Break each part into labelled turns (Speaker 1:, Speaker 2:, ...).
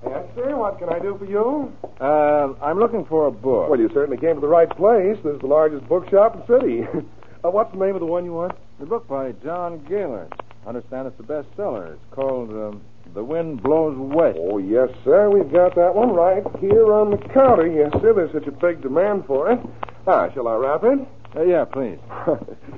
Speaker 1: Yes, sir. What can I do for you?
Speaker 2: Uh, I'm looking for a book.
Speaker 1: Well, you certainly came to the right place. This is the largest bookshop in the city. uh, what's the name of the one you want?
Speaker 2: The book by John Galen. Understand it's the bestseller. It's called um, The Wind Blows West.
Speaker 1: Oh, yes, sir. We've got that one right here on the counter. Yes, sir. There's such a big demand for it. Ah, shall I wrap it?
Speaker 2: Uh, yeah, please.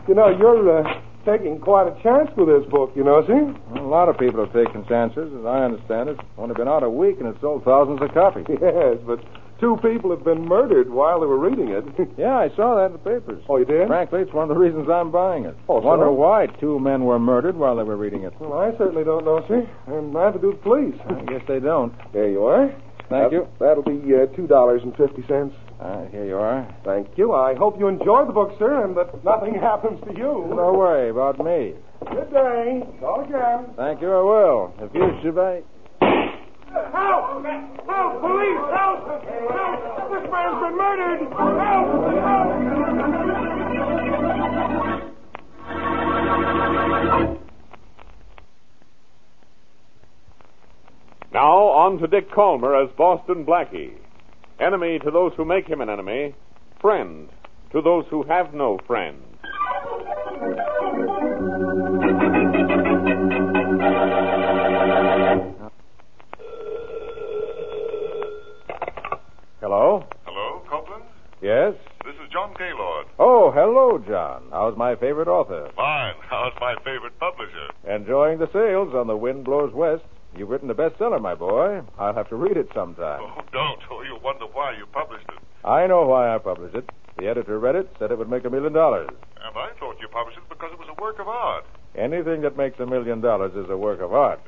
Speaker 1: you know, you're uh, taking quite a chance with this book, you know, sir.
Speaker 2: Well, a lot of people have taken chances, as I understand it. Only been out a week and it's sold thousands of copies.
Speaker 1: Yes, but two people have been murdered while they were reading it.
Speaker 2: yeah, I saw that in the papers.
Speaker 1: oh, you did?
Speaker 2: Frankly, it's one of the reasons I'm buying it.
Speaker 1: Oh, so?
Speaker 2: Wonder why two men were murdered while they were reading it.
Speaker 1: Well, I certainly don't know, sir. And neither do the police.
Speaker 2: I guess they don't.
Speaker 1: There you are.
Speaker 2: Thank you.
Speaker 1: That'll be uh, $2.50.
Speaker 2: Uh, here you are.
Speaker 1: Thank you. I hope you enjoy the book, sir, and that nothing happens to you.
Speaker 2: Don't worry about me.
Speaker 1: Good day. Call again.
Speaker 2: Thank you, I will. If you should I...
Speaker 1: Help! Help! Police! Help! Help! This man's been murdered! Help! Help!
Speaker 3: Now on to Dick Calmer as Boston Blackie. Enemy to those who make him an enemy, friend to those who have no friend.
Speaker 2: Hello?
Speaker 4: Hello, Copeland?
Speaker 2: Yes?
Speaker 4: This is John Gaylord.
Speaker 2: Oh, hello, John. How's my favorite author?
Speaker 4: Fine. How's my favorite publisher?
Speaker 2: Enjoying the sales on The Wind Blows West. You've written a bestseller, my boy. I'll have to read it sometime.
Speaker 4: Oh, don't. Oh, you'll wonder why you published it.
Speaker 2: I know why I published it. The editor read it, said it would make a million dollars.
Speaker 4: And I thought you published it because it was a work of art.
Speaker 2: Anything that makes a million dollars is a work of art.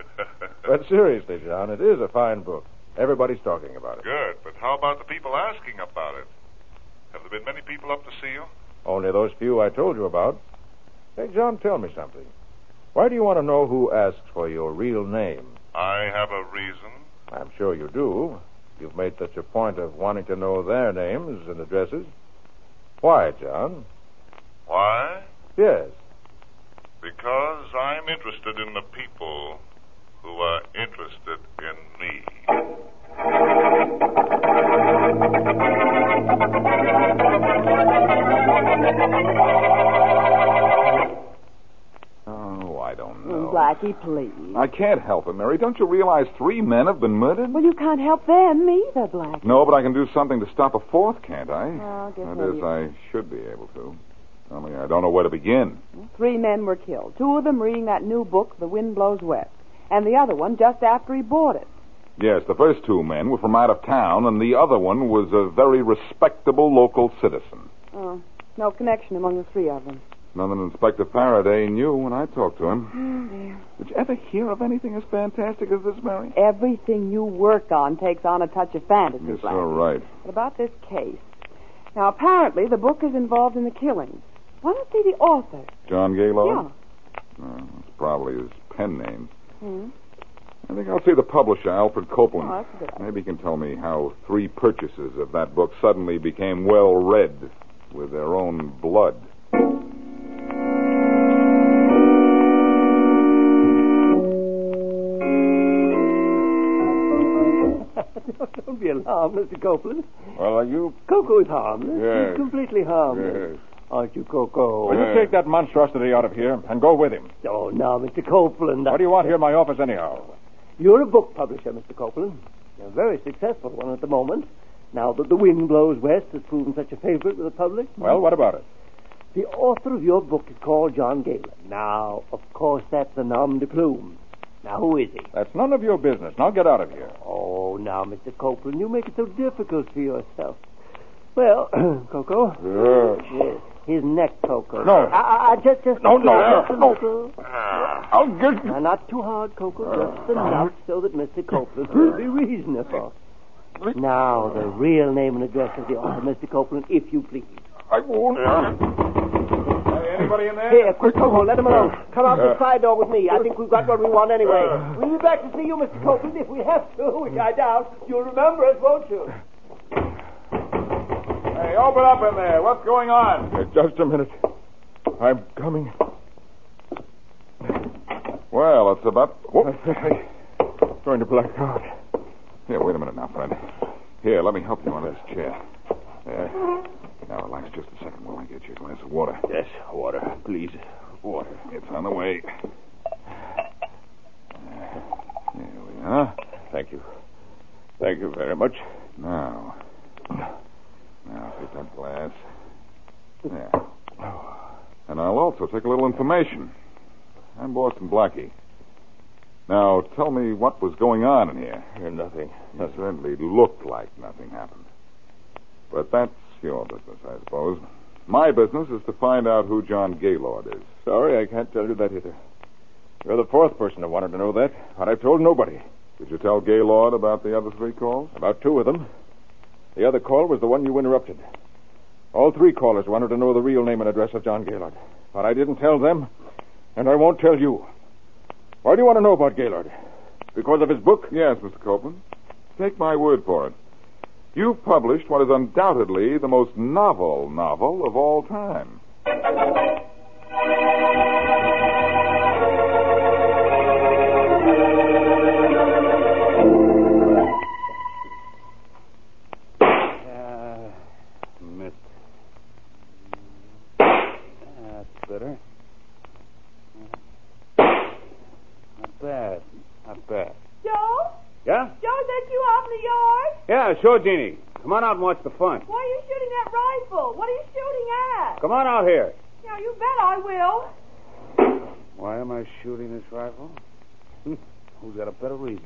Speaker 2: But seriously, John, it is a fine book. Everybody's talking about it.
Speaker 4: Good, but how about the people asking about it? Have there been many people up to see you?
Speaker 2: Only those few I told you about. Hey, John, tell me something. Why do you want to know who asked for your real name?
Speaker 4: I have a reason.
Speaker 2: I'm sure you do. You've made such a point of wanting to know their names and addresses. Why, John?
Speaker 4: Why?
Speaker 2: Yes.
Speaker 4: Because I'm interested in the people who are interested in me.
Speaker 5: Oh, I don't know.
Speaker 6: Blackie, please.
Speaker 5: I can't help it, Mary. Don't you realize three men have been murdered?
Speaker 6: Well, you can't help them either, Blackie.
Speaker 5: No, but I can do something to stop a fourth, can't I?
Speaker 6: Oh, guess
Speaker 5: that
Speaker 6: maybe
Speaker 5: is, I should be able to. Only I don't know where to begin.
Speaker 6: Three men were killed. Two of them reading that new book, The Wind Blows West, and the other one just after he bought it.
Speaker 5: Yes, the first two men were from out of town, and the other one was a very respectable local citizen.
Speaker 6: Oh, no connection among the three of them.
Speaker 5: None that Inspector Faraday knew when I talked to him.
Speaker 6: Oh, dear.
Speaker 5: Did you ever hear of anything as fantastic as this, Mary?
Speaker 6: Everything you work on takes on a touch of fantasy,
Speaker 5: Yes, all
Speaker 6: Blackie.
Speaker 5: right.
Speaker 6: But about this case. Now, apparently, the book is involved in the killing. Why don't they the author?
Speaker 5: John Gaylord?
Speaker 6: Yeah.
Speaker 5: Yeah. that's probably his pen name.
Speaker 6: Hmm.
Speaker 5: I think I'll see the publisher, Alfred Copeland.
Speaker 6: Oh, that's a good idea.
Speaker 5: Maybe he can tell me how three purchases of that book suddenly became well read with their own blood.
Speaker 7: Don't be alarmed, Mr. Copeland.
Speaker 5: Well, are you?
Speaker 7: Coco is harmless.
Speaker 5: Yes.
Speaker 7: He's completely harmless. Aren't you, Coco?
Speaker 2: Will
Speaker 5: uh,
Speaker 2: you take that monstrosity out of here and go with him?
Speaker 7: Oh, now, Mr. Copeland.
Speaker 2: What do you want here in my office, anyhow?
Speaker 7: You're a book publisher, Mr. Copeland. A very successful one at the moment. Now that The Wind Blows West has proven such a favorite with the public.
Speaker 2: Well, what about it?
Speaker 7: The author of your book is called John Galen. Now, of course, that's a nom de plume. Now, who is he?
Speaker 2: That's none of your business. Now get out of here.
Speaker 7: Oh, now, Mr. Copeland, you make it so difficult for yourself. Well, Coco. Yes. His neck, Coco.
Speaker 2: No.
Speaker 7: I, I, I- just, just.
Speaker 2: No, no,
Speaker 7: just a
Speaker 2: no.
Speaker 7: little.
Speaker 4: Ah,
Speaker 2: I'll get Uh, uh-huh.
Speaker 7: Now, not too hard, Coco. Just enough so that Mr. Copeland will be reasonable. Now, the real name and address of the author, Mr. Copeland, if you please.
Speaker 2: I won't.
Speaker 5: Anybody in there?
Speaker 7: Here, quick, Coco, let him alone. Come out
Speaker 2: Uh,
Speaker 7: the side door with me. I think we've got what we want anyway. We'll be back to see you, Mr. Copeland, if we have to, which I doubt. You'll remember us, won't you?
Speaker 5: Hey, open up in there. What's going on?
Speaker 2: Just a minute. I'm coming.
Speaker 5: Well, it's about.
Speaker 2: I
Speaker 5: Whoop.
Speaker 2: think I'm going to black out.
Speaker 5: Here, wait a minute now, friend. Here, let me help you on this chair. There.
Speaker 6: Mm-hmm.
Speaker 5: Now, relax just a second while I get you a glass of water.
Speaker 2: Yes, water, please. Water.
Speaker 5: It's on the way. There we are.
Speaker 2: Thank you. Thank you very much.
Speaker 5: Now. Now, take that glass. There. And I'll also take a little information. I'm Boston Blackie. Now, tell me what was going on in here.
Speaker 2: nothing.
Speaker 5: It certainly looked like nothing happened. But that's your business, I suppose. My business is to find out who John Gaylord is.
Speaker 2: Sorry, I can't tell you that either. You're the fourth person who wanted to know that, but I've told nobody.
Speaker 5: Did you tell Gaylord about the other three calls?
Speaker 2: About two of them. The other call was the one you interrupted. All three callers wanted to know the real name and address of John Gaylord, but I didn't tell them, and I won't tell you. Why do you want to know about Gaylord? Because of his book?
Speaker 5: Yes, Mr. Copeland. Take my word for it. You've published what is undoubtedly the most novel novel of all time.
Speaker 8: Uh, missed. That's better. Not bad. Not bad.
Speaker 9: Joe?
Speaker 8: Yeah?
Speaker 9: Joe, is that you out in the yard?
Speaker 8: Yeah, sure, Jeannie. Come on out and watch the fun.
Speaker 9: Why are you shooting that rifle? What are you shooting at?
Speaker 8: Come on out here.
Speaker 9: Now, you bet I will.
Speaker 8: Why am I shooting this rifle? Hmm. Who's got a better reason?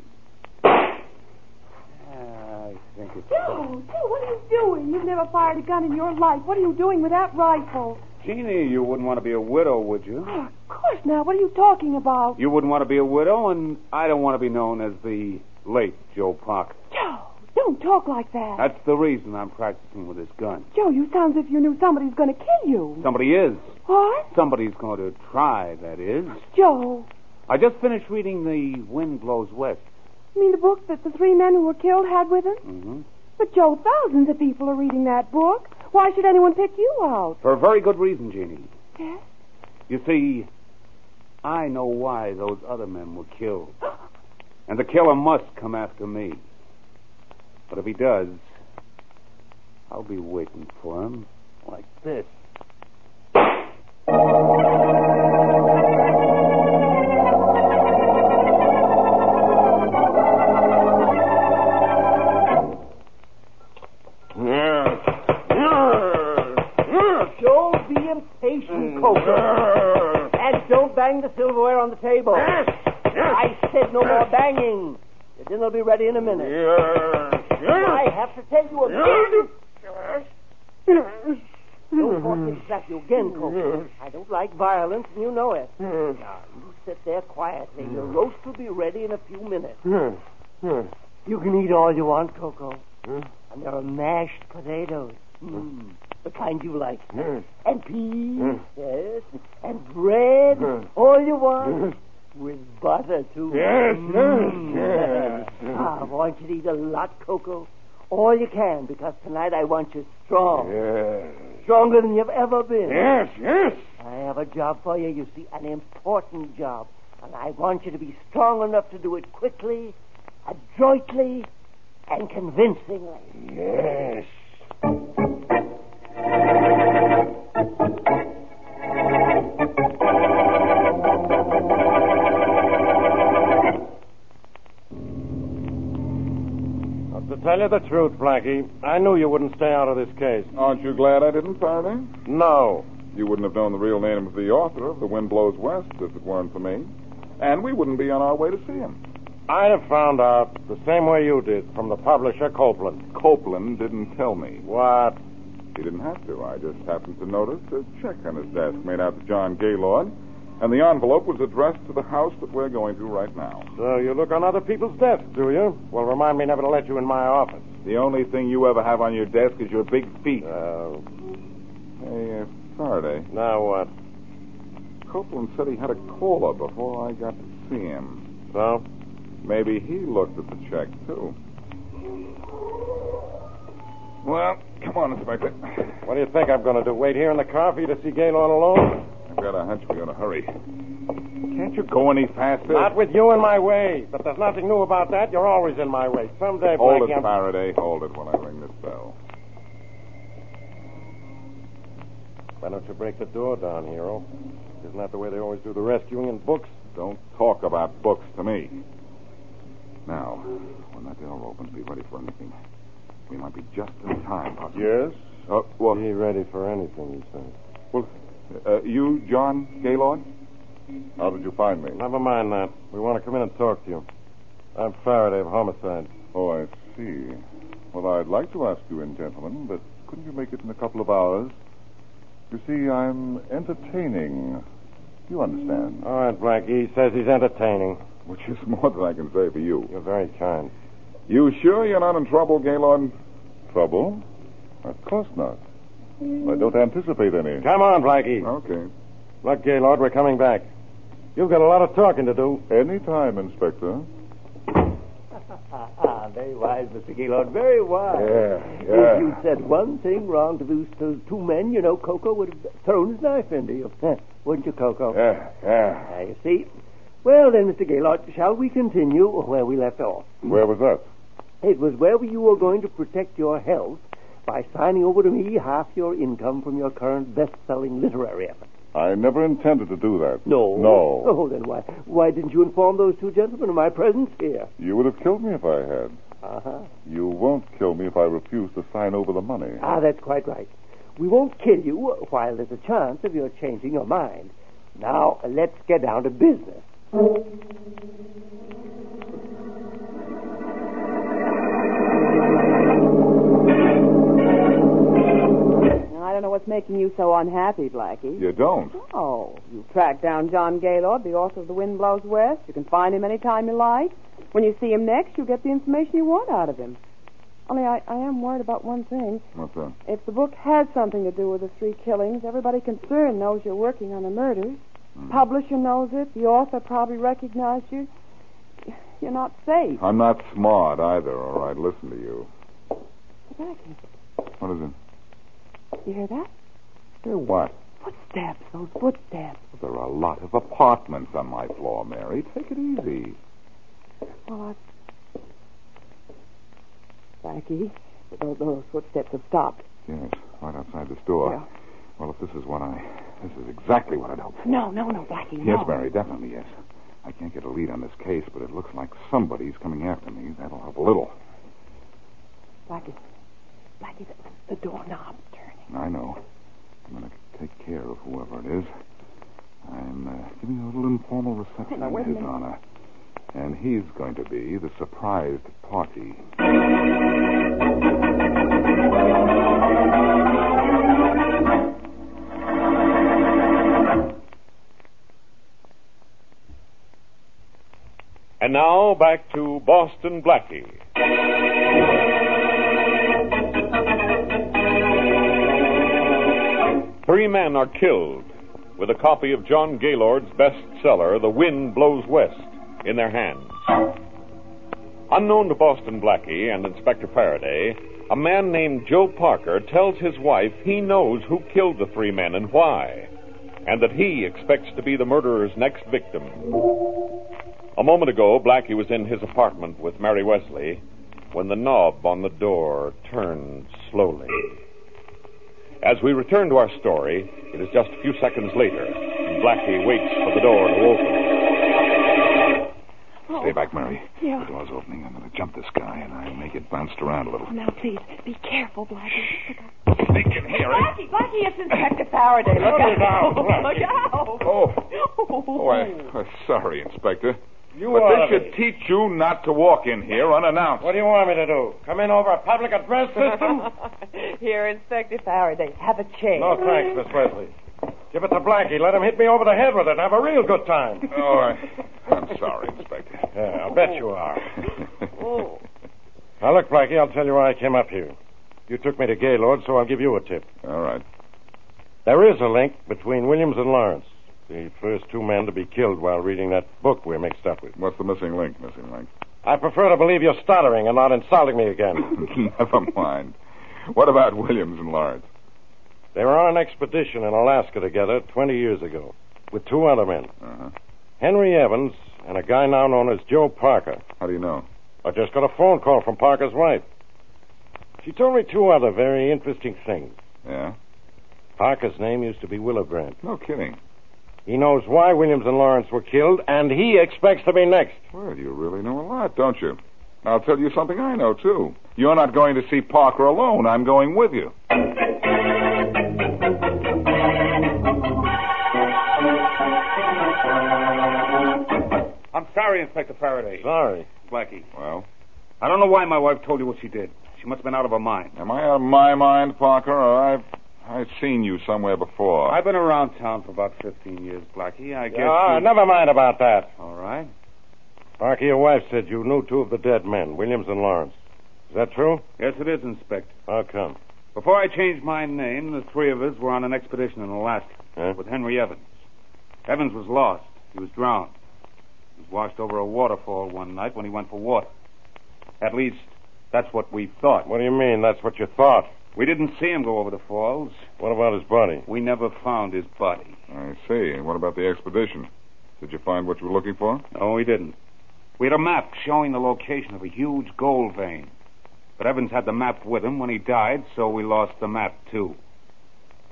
Speaker 8: I think it's.
Speaker 9: Joe, Joe, what are you doing? You've never fired a gun in your life. What are you doing with that rifle?
Speaker 8: Jeannie, you wouldn't want to be a widow, would you?
Speaker 9: Oh, of course now. What are you talking about?
Speaker 8: You wouldn't want to be a widow, and I don't want to be known as the late Joe Parker.
Speaker 9: Joe, don't talk like that.
Speaker 8: That's the reason I'm practicing with this gun.
Speaker 9: Joe, you sound as if you knew somebody's going to kill you.
Speaker 8: Somebody is.
Speaker 9: What?
Speaker 8: Somebody's going to try, that is.
Speaker 9: Joe,
Speaker 8: I just finished reading The Wind Blows West.
Speaker 9: you mean the book that the three men who were killed had with them?
Speaker 8: Mm-hmm.
Speaker 9: But, Joe, thousands of people are reading that book. Why should anyone pick you out?
Speaker 8: For a very good reason, Jeannie.
Speaker 9: Yes?
Speaker 8: You see, I know why those other men were killed. And the killer must come after me. But if he does, I'll be waiting for him like this.
Speaker 2: Uh.
Speaker 7: Don't be impatient, Coco. And don't bang the silverware on the table. I said no more banging. The dinner'll be ready in a minute. I have to tell you about Don't force me to slap you again, Coco. I don't like violence, and you know it. Now, you sit there quietly. Your roast will be ready in a few minutes. You can eat all you want, Coco. And there are mashed potatoes. Mm. The kind you like. And
Speaker 2: Mm.
Speaker 7: peas. Yes. And bread. All you
Speaker 2: Mm.
Speaker 7: want. With butter, too. Yes, yes, yes. I want you to eat a lot, Coco. All you can, because tonight I want you strong. Stronger than you've ever been.
Speaker 2: Yes, yes.
Speaker 7: I have a job for you, you see, an important job. And I want you to be strong enough to do it quickly, adroitly, and convincingly.
Speaker 2: Yes. To tell you the truth, Blackie, I knew you wouldn't stay out of this case.
Speaker 5: Aren't you glad I didn't fire him?
Speaker 2: No.
Speaker 5: You wouldn't have known the real name of the author of The Wind Blows West if it weren't for me. And we wouldn't be on our way to see him.
Speaker 2: I'd have found out the same way you did from the publisher, Copeland.
Speaker 5: Copeland didn't tell me.
Speaker 2: What?
Speaker 5: He didn't have to. I just happened to notice a check on his desk made out to John Gaylord, and the envelope was addressed to the house that we're going to right now.
Speaker 3: So you look on other people's desks, do you? Well, remind me never to let you in my office.
Speaker 5: The only thing you ever have on your desk is your big feet.
Speaker 3: Oh,
Speaker 5: Hey, uh, Faraday,
Speaker 3: now what?
Speaker 5: Copeland said he had a caller before I got to see him.
Speaker 3: So?
Speaker 5: Maybe he looked at the check, too. Well, come on, Inspector.
Speaker 3: What do you think I'm going to do? Wait here in the car for you to see Gaylord alone?
Speaker 5: I've got a hunch we're in a hurry. Can't you go any faster?
Speaker 3: Not with you in my way. But there's nothing new about that. You're always in my way. Someday,
Speaker 5: Hold
Speaker 3: Blackie,
Speaker 5: it,
Speaker 3: I'm-
Speaker 5: Faraday. Hold it while I ring this bell.
Speaker 3: Why don't you break the door down, Hero? Isn't that the way they always do the rescuing in books?
Speaker 5: Don't talk about books to me. Now, when that door opens, be ready for anything. We might be just in time, possibly.
Speaker 3: Yes.
Speaker 5: Uh, well,
Speaker 3: Be ready for anything, you say.
Speaker 5: well, uh, you, John Gaylord? How did you find me?
Speaker 3: Never mind that. We want to come in and talk to you. I'm Faraday of Homicide.
Speaker 5: Oh, I see. Well, I'd like to ask you in, gentlemen, but couldn't you make it in a couple of hours? You see, I'm entertaining. You understand?
Speaker 3: All right, Blackie. He says he's entertaining.
Speaker 5: Which is more than I can say for you.
Speaker 3: You're very kind.
Speaker 5: You sure you're not in trouble, Gaylord? Trouble? Of course not. I don't anticipate any.
Speaker 3: Come on, Blackie.
Speaker 5: Okay.
Speaker 3: Look, Gaylord, we're coming back. You've got a lot of talking to do.
Speaker 5: Any time, Inspector.
Speaker 7: Ah, very wise, Mr. Gaylord. Very wise.
Speaker 5: Yeah,
Speaker 7: If you'd said one thing wrong to those, those two men, you know, Coco would have thrown his knife into you. Wouldn't you, Coco?
Speaker 5: Yeah, yeah.
Speaker 7: Now, you see. Well, then, Mr. Gaylord, shall we continue where we left off?
Speaker 5: Where was that?
Speaker 7: It was where you were going to protect your health by signing over to me half your income from your current best-selling literary effort.
Speaker 5: I never intended to do that.
Speaker 7: No.
Speaker 5: No.
Speaker 7: Oh, then why why didn't you inform those two gentlemen of my presence here?
Speaker 5: You would have killed me if I had.
Speaker 7: Uh-huh.
Speaker 5: You won't kill me if I refuse to sign over the money.
Speaker 7: Ah, that's quite right. We won't kill you while there's a chance of your changing your mind. Now, let's get down to business.
Speaker 6: Now, I don't know what's making you so unhappy, Blackie.
Speaker 5: You don't.
Speaker 6: Oh, you tracked down John Gaylord, the author of The Wind Blows West. You can find him any time you like. When you see him next, you'll get the information you want out of him. Only I, I am worried about one thing.
Speaker 5: What's that?
Speaker 6: If the book has something to do with the three killings, everybody concerned knows you're working on the murders.
Speaker 5: Hmm.
Speaker 6: Publisher knows it. The author probably recognized you. You're not safe.
Speaker 5: I'm not smart either, all right. Listen to you.
Speaker 6: Blackie,
Speaker 5: What is it?
Speaker 6: you hear that?
Speaker 5: Hear what?
Speaker 6: Footsteps, those footsteps.
Speaker 5: There are a lot of apartments on my floor, Mary. Take it easy.
Speaker 6: Well, I... Blackie, those, those footsteps have stopped.
Speaker 5: Yes, right outside this door.
Speaker 6: Yeah.
Speaker 5: Well, if this is what I. This is exactly what I'd hoped.
Speaker 6: No, no, no, Blackie, no.
Speaker 5: Yes, Mary, definitely yes. I can't get a lead on this case, but it looks like somebody's coming after me. That'll help a little.
Speaker 6: Blackie, Blackie, the, the doorknob's turning.
Speaker 5: I know. I'm going to take care of whoever it is. I'm uh, giving a little informal reception
Speaker 6: Now,
Speaker 5: in
Speaker 6: wait a
Speaker 5: his
Speaker 6: minute.
Speaker 5: honor. And he's going to be the surprised party.
Speaker 10: And now back to Boston Blackie. Three men are killed with a copy of John Gaylord's bestseller, The Wind Blows West, in their hands. Unknown to Boston Blackie and Inspector Faraday, a man named Joe Parker tells his wife he knows who killed the three men and why, and that he expects to be the murderer's next victim. A moment ago, Blackie was in his apartment with Mary Wesley when the knob on the door turned slowly. As we return to our story, it is just a few seconds later, and Blackie waits for the door to open.
Speaker 5: Stay back, Mary.
Speaker 1: Yeah.
Speaker 5: The door's opening. I'm going to jump this guy, and I may get bounced around a little.
Speaker 1: Now, please, be careful, Blackie.
Speaker 5: They can hear it.
Speaker 1: Blackie, Blackie, it's Inspector Faraday. Look
Speaker 5: Hold it
Speaker 1: out.
Speaker 5: down, Blackie.
Speaker 1: Look out.
Speaker 5: Oh.
Speaker 1: Oh.
Speaker 5: Oh, I, I'm sorry, Inspector.
Speaker 3: You
Speaker 5: But
Speaker 3: ought
Speaker 5: they
Speaker 3: to
Speaker 5: should
Speaker 3: be.
Speaker 5: teach you not to walk in here unannounced.
Speaker 3: What do you want me to do? Come in over a public address system?
Speaker 6: Here, Inspector Faraday, have a chair.
Speaker 3: no thanks, Miss Wesley. Give it to Blackie. Let him hit me over the head with it and have a real good time.
Speaker 5: Oh, I, I'm sorry, Inspector.
Speaker 3: Yeah, I'll bet you are.
Speaker 6: Oh.
Speaker 3: Now, look, Blackie, I'll tell you why I came up here. You took me to Gaylord, so I'll give you a tip.
Speaker 5: All right.
Speaker 3: There is a link between Williams and Lawrence, the first two men to be killed while reading that book we're mixed up with.
Speaker 5: What's the missing link, missing link?
Speaker 3: I prefer to believe you're stuttering and not insulting me again.
Speaker 5: Never mind. What about Williams and Lawrence?
Speaker 3: They were on an expedition in Alaska together 20 years ago with two other men,
Speaker 5: Uh-huh.
Speaker 3: Henry Evans and a guy now known as Joe Parker.
Speaker 5: How do you know?
Speaker 3: I just got a phone call from Parker's wife. She told me two other very interesting things.
Speaker 5: Yeah?
Speaker 3: Parker's name used to be Willibrandt.
Speaker 5: No kidding.
Speaker 3: He knows why Williams and Lawrence were killed, and he expects to be next.
Speaker 5: Well, you really know a lot, don't you? I'll tell you something I know, too. You're not going to see Parker alone. I'm going with you.
Speaker 8: I'm sorry, Inspector Faraday.
Speaker 3: Sorry.
Speaker 8: Blackie,
Speaker 5: Well,
Speaker 8: I don't know why my wife told you what she did. She must have been out of her mind.
Speaker 5: am I out of my mind, Parker, or I've, I've seen you somewhere before?
Speaker 8: I've been around town for about 15 years, Blackie. I guess.
Speaker 3: Ah,
Speaker 8: you-
Speaker 3: never mind about that.
Speaker 8: All right.
Speaker 3: Parker, your wife said you knew two of the dead men, Williams and Lawrence. Is that true?
Speaker 8: Yes, it is, Inspector.
Speaker 3: How come?
Speaker 8: Before I changed my name, the three of us were on an expedition in Alaska
Speaker 3: Huh?
Speaker 8: with Henry Evans. Evans was lost. He was drowned. He was washed over a waterfall one night when he went for water. At least, that's what we thought.
Speaker 3: What do you mean? That's what you thought.
Speaker 8: We didn't see him go over the falls.
Speaker 3: What about his body?
Speaker 8: We never found his body.
Speaker 5: I see. And what about the expedition? Did you find what you were looking for?
Speaker 8: No, we didn't. We had a map showing the location of a huge gold vein. But Evans had the map with him when he died, so we lost the map, too.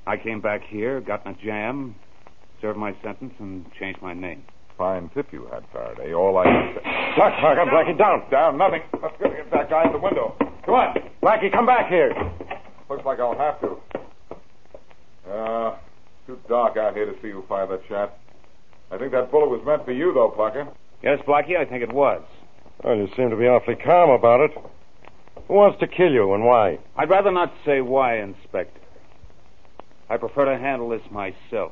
Speaker 8: I came back here, got in a jam, served my sentence, and changed my name.
Speaker 5: Fine tip you had, Faraday. All I can say.
Speaker 3: Doc, Parker, Blackie, down.
Speaker 5: Down, nothing. Let's go get that guy at the window. Come on.
Speaker 3: Blackie, come back here.
Speaker 5: Looks like I'll have to. Uh, too dark out here to see who fired that shot. I think that bullet was meant for you, though, Parker.
Speaker 8: Yes, Blackie, I think it was.
Speaker 3: Well, you seem to be awfully calm about it. Who wants to kill you and why?
Speaker 8: I'd rather not say why, Inspector. I prefer to handle this myself.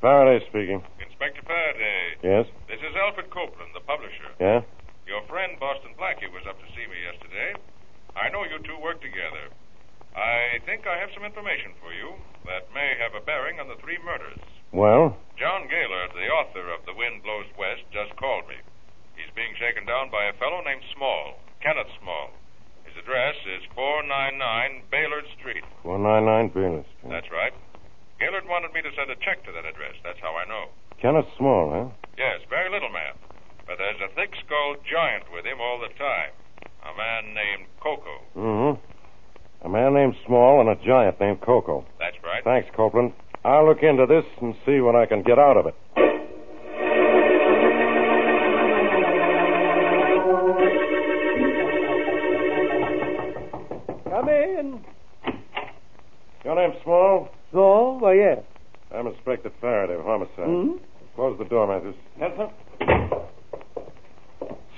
Speaker 3: Faraday speaking.
Speaker 2: Inspector Faraday,
Speaker 3: Yes?
Speaker 2: this is Alfred Copeland, the publisher.
Speaker 3: Yeah?
Speaker 2: Your friend Boston Blackie was up to see me yesterday. I know you two work together. I think I have some information for you that may have a bearing on the three murders.
Speaker 3: Well?
Speaker 2: John Gaylord, the author of The Wind Blows West, just called me. He's being shaken down by a fellow named Small, Kenneth Small. His address is 499 Baylor Street.
Speaker 3: 199 Beale Street.
Speaker 2: That's right. Gaylord wanted me to send a check to that address. That's how I know.
Speaker 3: Kenneth Small, huh?
Speaker 2: Yes, very little man. But there's a thick skulled giant with him all the time. A man named Coco.
Speaker 3: Mm-hmm. A man named Small and a giant named Coco.
Speaker 2: That's right.
Speaker 3: Thanks, Copeland. I'll look into this and see what I can get out of it.
Speaker 1: Come in.
Speaker 3: Your name's Small?
Speaker 1: So, well, yes.
Speaker 3: I'm Inspector Faraday of Homicide.
Speaker 1: Hmm?
Speaker 3: Close the door, Matthews. Yes, sir.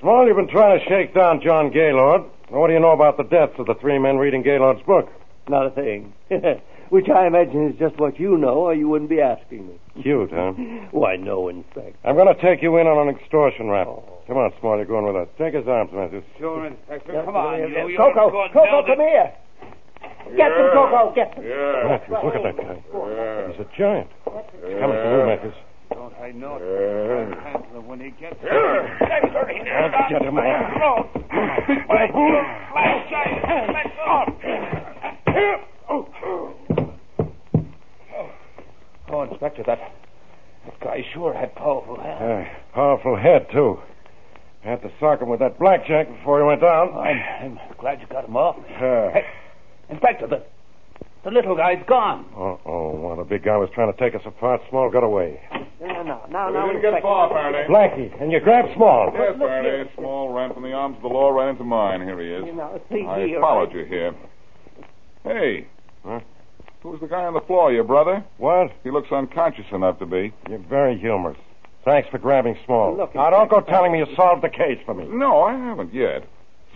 Speaker 3: Small, you've been trying to shake down John Gaylord. Now, What do you know about the deaths of the three men reading Gaylord's book?
Speaker 1: Not a thing. Which I imagine is just what you know, or you wouldn't be asking me.
Speaker 3: Cute, huh?
Speaker 1: Why, no, Inspector.
Speaker 3: I'm going to take you in on an extortion rap. Come on, Small, you're going with us. Take his arms, Matthews.
Speaker 8: Sure, Inspector.
Speaker 1: Coco, Coco, come here. Get him, Coco, get him.
Speaker 5: Yeah.
Speaker 3: Matthews, look at that guy.
Speaker 5: Yeah.
Speaker 3: He's a giant. Come on, move, Matthews.
Speaker 8: Don't I know
Speaker 5: it?
Speaker 8: Handler when he gets
Speaker 3: I'll get him, man.
Speaker 1: Oh, Inspector, that, that guy sure had powerful hands.
Speaker 3: Uh, powerful head, too. Had to sock him with that blackjack before he went down.
Speaker 1: I'm, I'm glad you got him off.
Speaker 3: Uh,
Speaker 1: Inspector, the,
Speaker 11: The little guy's gone.
Speaker 2: Uh oh. Well, the big guy was trying to take us apart. Small got away.
Speaker 7: No, no, no, no.
Speaker 5: We didn't get far, Faraday.
Speaker 2: Blackie, and you grab Small.
Speaker 5: Yes, Faraday. Small ran from the arms of the law right into mine. Here he is.
Speaker 7: You know, see
Speaker 5: I
Speaker 7: here.
Speaker 5: followed you here. Hey. Who's the guy on the floor? Your brother?
Speaker 2: What?
Speaker 5: He looks unconscious enough to be.
Speaker 2: You're very humorous. Thanks for grabbing Small.
Speaker 7: Look,
Speaker 2: now, don't go telling me you solved the case for me.
Speaker 5: No, I haven't yet.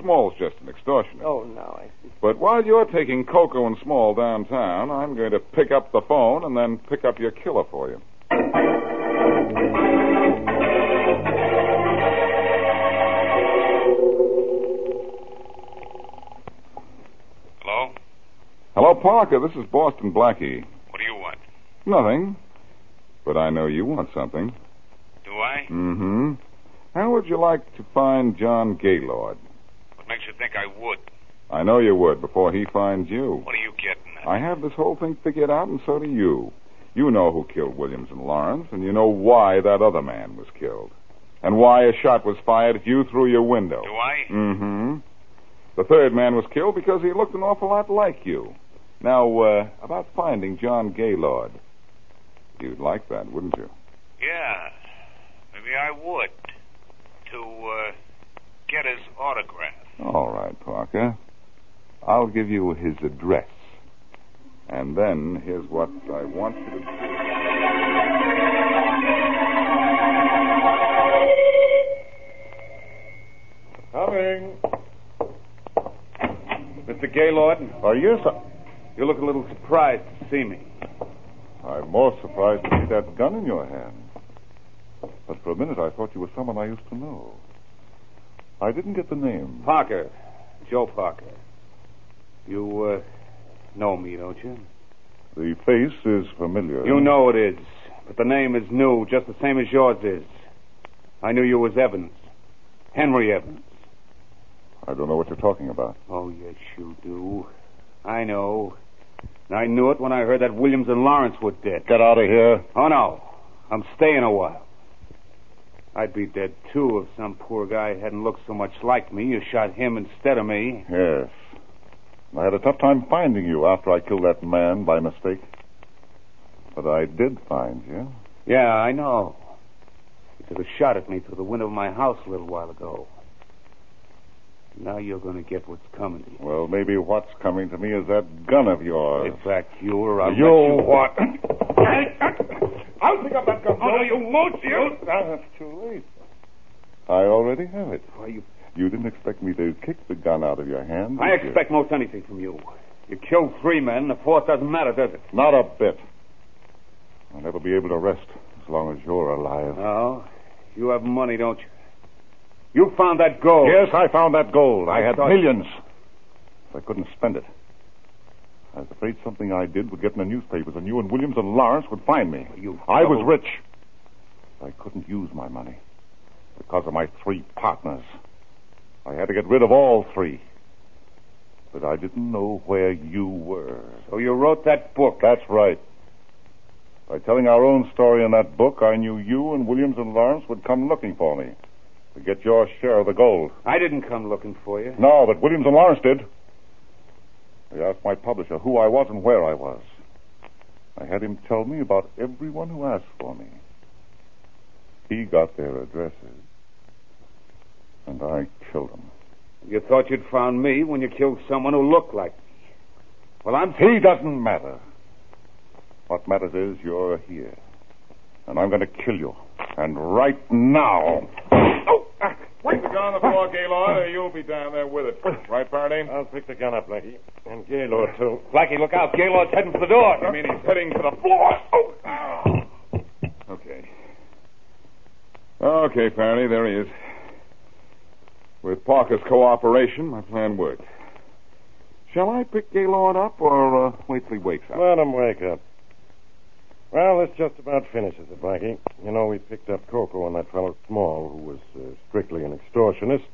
Speaker 5: Small's just an extortioner.
Speaker 7: Oh, no. I see.
Speaker 5: But while you're taking Coco and Small downtown, I'm going to pick up the phone and then pick up your killer for you.
Speaker 4: Hello?
Speaker 5: Hello, Parker. This is Boston Blackie.
Speaker 4: What do you want?
Speaker 5: Nothing. But I know you want something.
Speaker 4: Do I?
Speaker 5: Mm-hmm. How would you like to find John Gaylord?
Speaker 4: What makes you think I would?
Speaker 5: I know you would before he finds you.
Speaker 4: What are you getting at?
Speaker 5: I have this whole thing figured out, and so do you. You know who killed Williams and Lawrence, and you know why that other man was killed. And why a shot was fired at you through your window.
Speaker 4: Do I?
Speaker 5: Mm-hmm. The third man was killed because he looked an awful lot like you. Now, uh, about finding John Gaylord. You'd like that, wouldn't you?
Speaker 4: Yeah. Maybe I would. To, uh, get his autograph.
Speaker 5: All right, Parker. I'll give you his address. And then here's what I want you to do.
Speaker 2: Coming. Mr. Gaylord?
Speaker 5: Oh,
Speaker 2: Are you so... You look a little surprised to see me.
Speaker 5: I'm more surprised to see that gun in your hand. But for a minute I thought you were someone I used to know. I didn't get the name.
Speaker 8: Parker. Joe Parker. You, uh, know me, don't you?
Speaker 5: The face is familiar.
Speaker 8: You know it is, but the name is new, just the same as yours is. I knew you was Evans. Henry Evans.
Speaker 5: I don't know what you're talking about.
Speaker 8: Oh, yes, you do. I know. And I knew it when I heard that Williams and Lawrence were dead.
Speaker 2: Get out of here.
Speaker 8: Oh, no. I'm staying a while. I'd be dead, too, if some poor guy hadn't looked so much like me. You shot him instead of me.
Speaker 5: Yes. I had a tough time finding you after I killed that man by mistake. But I did find you.
Speaker 8: Yeah, I know. You took a shot at me through the window of my house a little while ago. Now you're going to get what's coming to you.
Speaker 5: Well, maybe what's coming to me is that gun of yours.
Speaker 8: If that cure, I'll
Speaker 5: you
Speaker 8: let you...
Speaker 5: what?
Speaker 2: I'll pick up that gun.
Speaker 4: Oh, no, you won't, you!
Speaker 2: Ah, it's too late.
Speaker 5: I already have it.
Speaker 8: Why, you...
Speaker 5: You didn't expect me to kick the gun out of your hand.
Speaker 8: I
Speaker 5: did you?
Speaker 8: expect most anything from you. You killed three men. The fourth doesn't matter, does it?
Speaker 5: Not a bit. I'll never be able to rest as long as you're
Speaker 3: Ah.
Speaker 5: alive.
Speaker 8: No. You have money, don't you? You found that gold.
Speaker 2: Yes, I found that gold. I,
Speaker 8: I
Speaker 2: had
Speaker 8: thought-
Speaker 2: millions.
Speaker 5: I couldn't spend it. I was afraid something I did would get in the newspapers, and you and Williams and Lawrence would find me.
Speaker 8: You
Speaker 5: I was
Speaker 8: double-
Speaker 5: rich. I couldn't use my money because of my three partners. I had to get rid of all three. But I didn't know where you were.
Speaker 8: So Uh, oh, you wrote that book.
Speaker 5: That's right. By telling our own story in that book, I knew you and Williams and Lawrence would come looking for me to get your share of the gold.
Speaker 8: I didn't come looking for you.
Speaker 5: No, but Williams and Lawrence did. They asked my publisher who I was and where I was. I had him tell me about everyone who asked for me. He got their addresses. And I killed him.
Speaker 8: You thought you'd found me when you killed someone who looked like me. Well, I'm.
Speaker 5: He doesn't matter. What matters is you're here. And I'm going to kill you. And right now. Oh, ah,
Speaker 2: Wait.
Speaker 5: gun on the floor, Gaylord, or you'll be down there with it. Right, Faraday?
Speaker 2: I'll pick the gun up, Blackie. And Gaylord, too.
Speaker 11: Blackie, look out. Gaylord's heading for the door.
Speaker 5: I mean, he's heading for the floor. Oh. Okay. Okay, Faraday, there he is. With Parker's cooperation, my plan worked. Shall I pick Gaylord up or uh, wait till he wakes up?
Speaker 2: Let him wake up. Well, this just about finishes it, Blackie. You know, we picked up Coco and that fellow Small, who was uh, strictly an extortionist.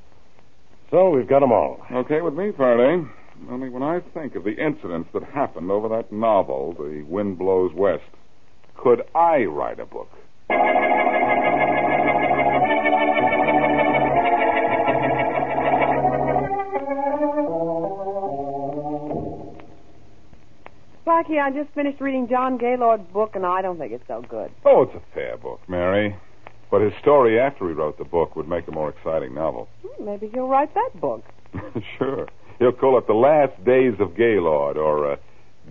Speaker 2: So we've got 'em all.
Speaker 5: Okay with me, Faraday. Only when I think of the incidents that happened over that novel, The Wind Blows West, could I write a book?
Speaker 6: Blackie, I just finished reading John Gaylord's book, and I don't think it's so good.
Speaker 5: Oh, it's a fair book, Mary. But his story after he wrote the book would make a more exciting novel.
Speaker 6: Hmm, Maybe he'll write that book.
Speaker 5: sure. He'll call it The Last Days of Gaylord or uh,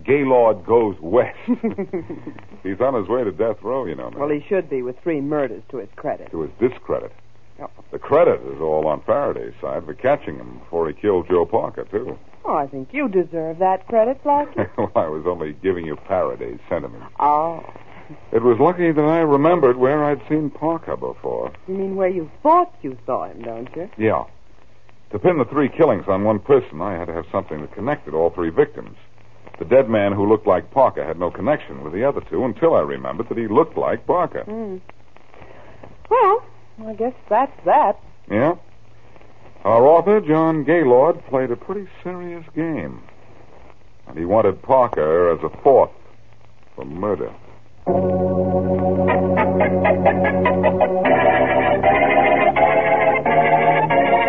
Speaker 5: Gaylord Goes West. He's on his way to death row, you know, Mary.
Speaker 6: Well, he should be with three murders to his credit.
Speaker 5: To his discredit.
Speaker 6: Yep.
Speaker 5: The credit is all on Faraday's side for catching him before he killed Joe Parker, too.
Speaker 6: Oh, I think you deserve that credit, Blackie.
Speaker 5: well, I was only giving you Faraday's sentiments.
Speaker 6: oh,
Speaker 5: It was lucky that I remembered where I'd seen Parker before.
Speaker 6: you mean where you thought you saw him, don't you?
Speaker 5: Yeah. To pin the three killings on one person, I had to have something that connected all three victims. The dead man who looked like Parker had no connection with the other two until I remembered that he looked like Parker.
Speaker 6: Hmm. Well, I guess that's that.
Speaker 5: Yeah? Our author, John Gaylord, played a pretty serious game. And he wanted Parker as a fourth for murder.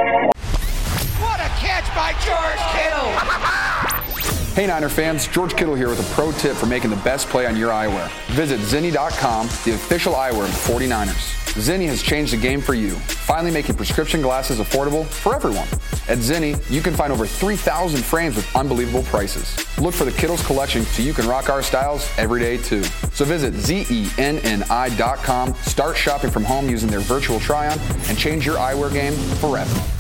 Speaker 12: What a catch by George Kittle!
Speaker 13: Hey Niner fans, George Kittle here with a pro tip for making the best play on your eyewear. Visit Zinni.com, the official eyewear of the 49ers. Zinni has changed the game for you, finally making prescription glasses affordable for everyone. At Zinni, you can find over 3,000 frames with unbelievable prices. Look for the Kittle's collection so you can rock our styles every day too. So visit E ZENNI.com, start shopping from home using their virtual try-on, and change your eyewear game forever.